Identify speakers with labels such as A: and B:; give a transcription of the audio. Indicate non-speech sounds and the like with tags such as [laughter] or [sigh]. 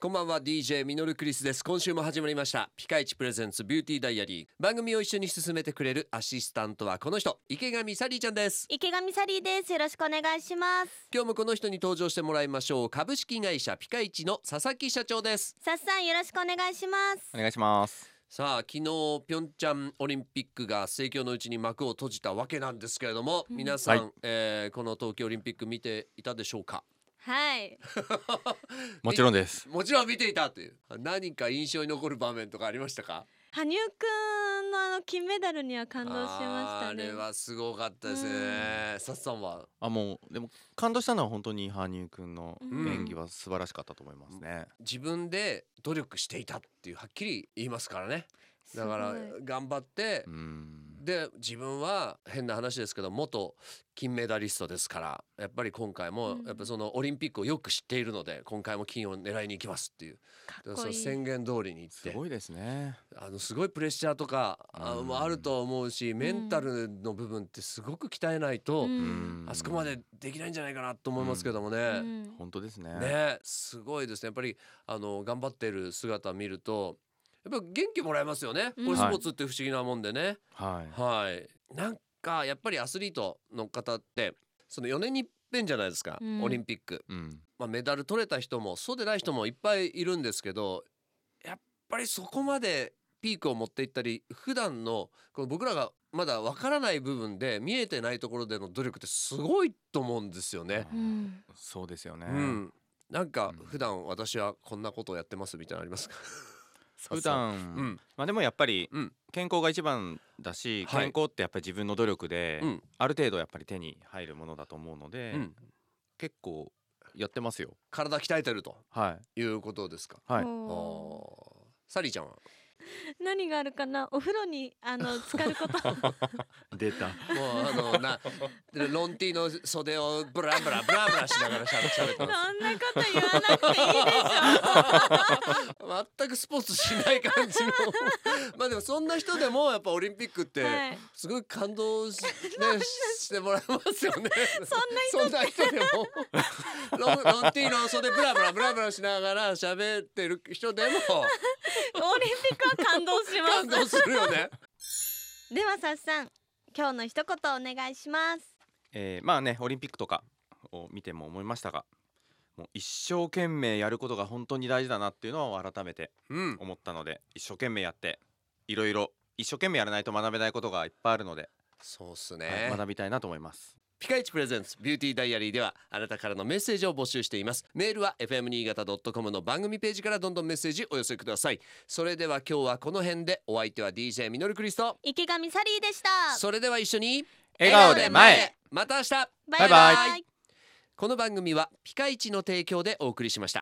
A: こんばんは DJ ミノルクリスです今週も始まりましたピカイチプレゼンツビューティーダイアリー番組を一緒に進めてくれるアシスタントはこの人池上サリーちゃんです
B: 池上サリーですよろしくお願いします
A: 今日もこの人に登場してもらいましょう株式会社ピカイチの佐々木社長です
B: さっさんよろしくお願いします
C: お願いします。
A: さあ昨日ピョンチャンオリンピックが盛況のうちに幕を閉じたわけなんですけれども、
B: うん
A: 皆さん、
C: は
A: えーこの東京オリンピック見ていたでしょうか
B: はい
C: もちろんです。
A: もちろん見ていたという何か印象に残る場面とかありましたか
B: 羽生くんのあの金メダルには感動しまし
A: あ
B: た
A: ー
B: ね
A: あれはすごかったですねさっさんは
C: あもうでも感動したのは本当に羽生くんの
B: うん
C: 演技は素晴らしかったと思いますね。
A: 自分で努力していたっていうはっきり言いますからね
B: すご
A: だ
B: い
A: から頑張って
C: うん。
A: で自分は変な話ですけど元金メダリストですからやっぱり今回も
B: うん
A: やっぱそのオリンピックをよく知っているので今回も金を狙いに行きますっていう
B: か
A: だ
B: っ
A: から
B: こ
A: その
B: いい
A: 宣言通りに行っ
C: す
A: て
C: ごいですね。
A: あのすごいプレッシャーとかあ
C: うん
A: もあると思うしメンタルの部分ってすごく鍛えないと
B: うん
C: うん
A: あそこまでできないんじゃないかなと思いますけどもね。
B: うん
C: 本当ですね。
A: ねすごいですねやっぱりあの頑張ってる姿を見るとやっぱ元気もらえますよね、
B: うん
A: これスポーツって不思議なもんでね
C: はい。
A: はい、なんかやっぱりアスリートの方ってその4年に一遍じゃないですか、
B: うん
A: オリンピック、
C: うん。
A: まあ、メダル取れた人もそうでない人もいっぱいいるんですけどやっぱりそこまでピークを持っていったり普段のこの僕らがまだわからない部分で見えてないところでの努力ってすごいと思うんですよね。
B: うん
C: そうですよね。
A: うん、なんか
C: うん
A: 普段私はこんなことをやってますみたいなのありますか
C: 普
A: う
C: 段、
A: ん
C: まあでもやっぱり
A: うん
C: 健康が一番だし、
A: はい
C: 健康ってやっぱり自分の努力で、
A: うん
C: ある程度やっぱり手に入るものだと思うの
A: う
C: で、
A: ん、
C: 結構やってますよ。
A: 体鍛えてると
C: は
A: いうことですか
C: いはい。
B: おー
A: おーサリーちゃんは
B: 何があるかなお風呂にあの浸かること
C: 出た。
A: もうあのなロンティの袖をブラブラブラブラしながらしゃべしゃべって
B: そん
A: ま
B: [laughs] なこと言わなくていいでし
A: [laughs] す全くスポーツしない感じの [laughs] まあでもそんな人でもやっぱオリンピックって
B: ょ、はい、
A: すごい感動
C: [laughs]
A: し,、ね、ししてもらえますよね。そ
B: そ
A: んな人でも
C: [laughs]
A: ロンロンティーの袖ブラブラブラブラしながら喋ってる人でも
C: [laughs]
B: オリンピックは感動し
A: 感
B: ま
A: 動するよ
C: [laughs]
A: ね。
B: すではさっさん今日の一言お願いします
C: えーまあねオリンピックとかを見ても思いましたがもう一生懸命やることが本当に大事だなっていうのを改めて
A: うん、
C: 思ったので一生懸命やっていろいろ一生懸命やらないと学べないことがいっぱいあるので、
A: そうっす
C: はい
A: ね。
C: 学びたいなと思います。
A: ピカイチプレゼンツビューティーダイアリーではあなたからのメッセージを募集していますメールは fm 新潟 .com の番組ページからどんどんメッセージお寄せくださいそれでは今日はこの辺でお相手は DJ ミノルクリスト
B: 池上サリーでした
A: それでは一緒に
C: 笑顔で前
A: また明日
B: バイバイ
C: バイバ
A: この番組はピカイチの提供でお送りしました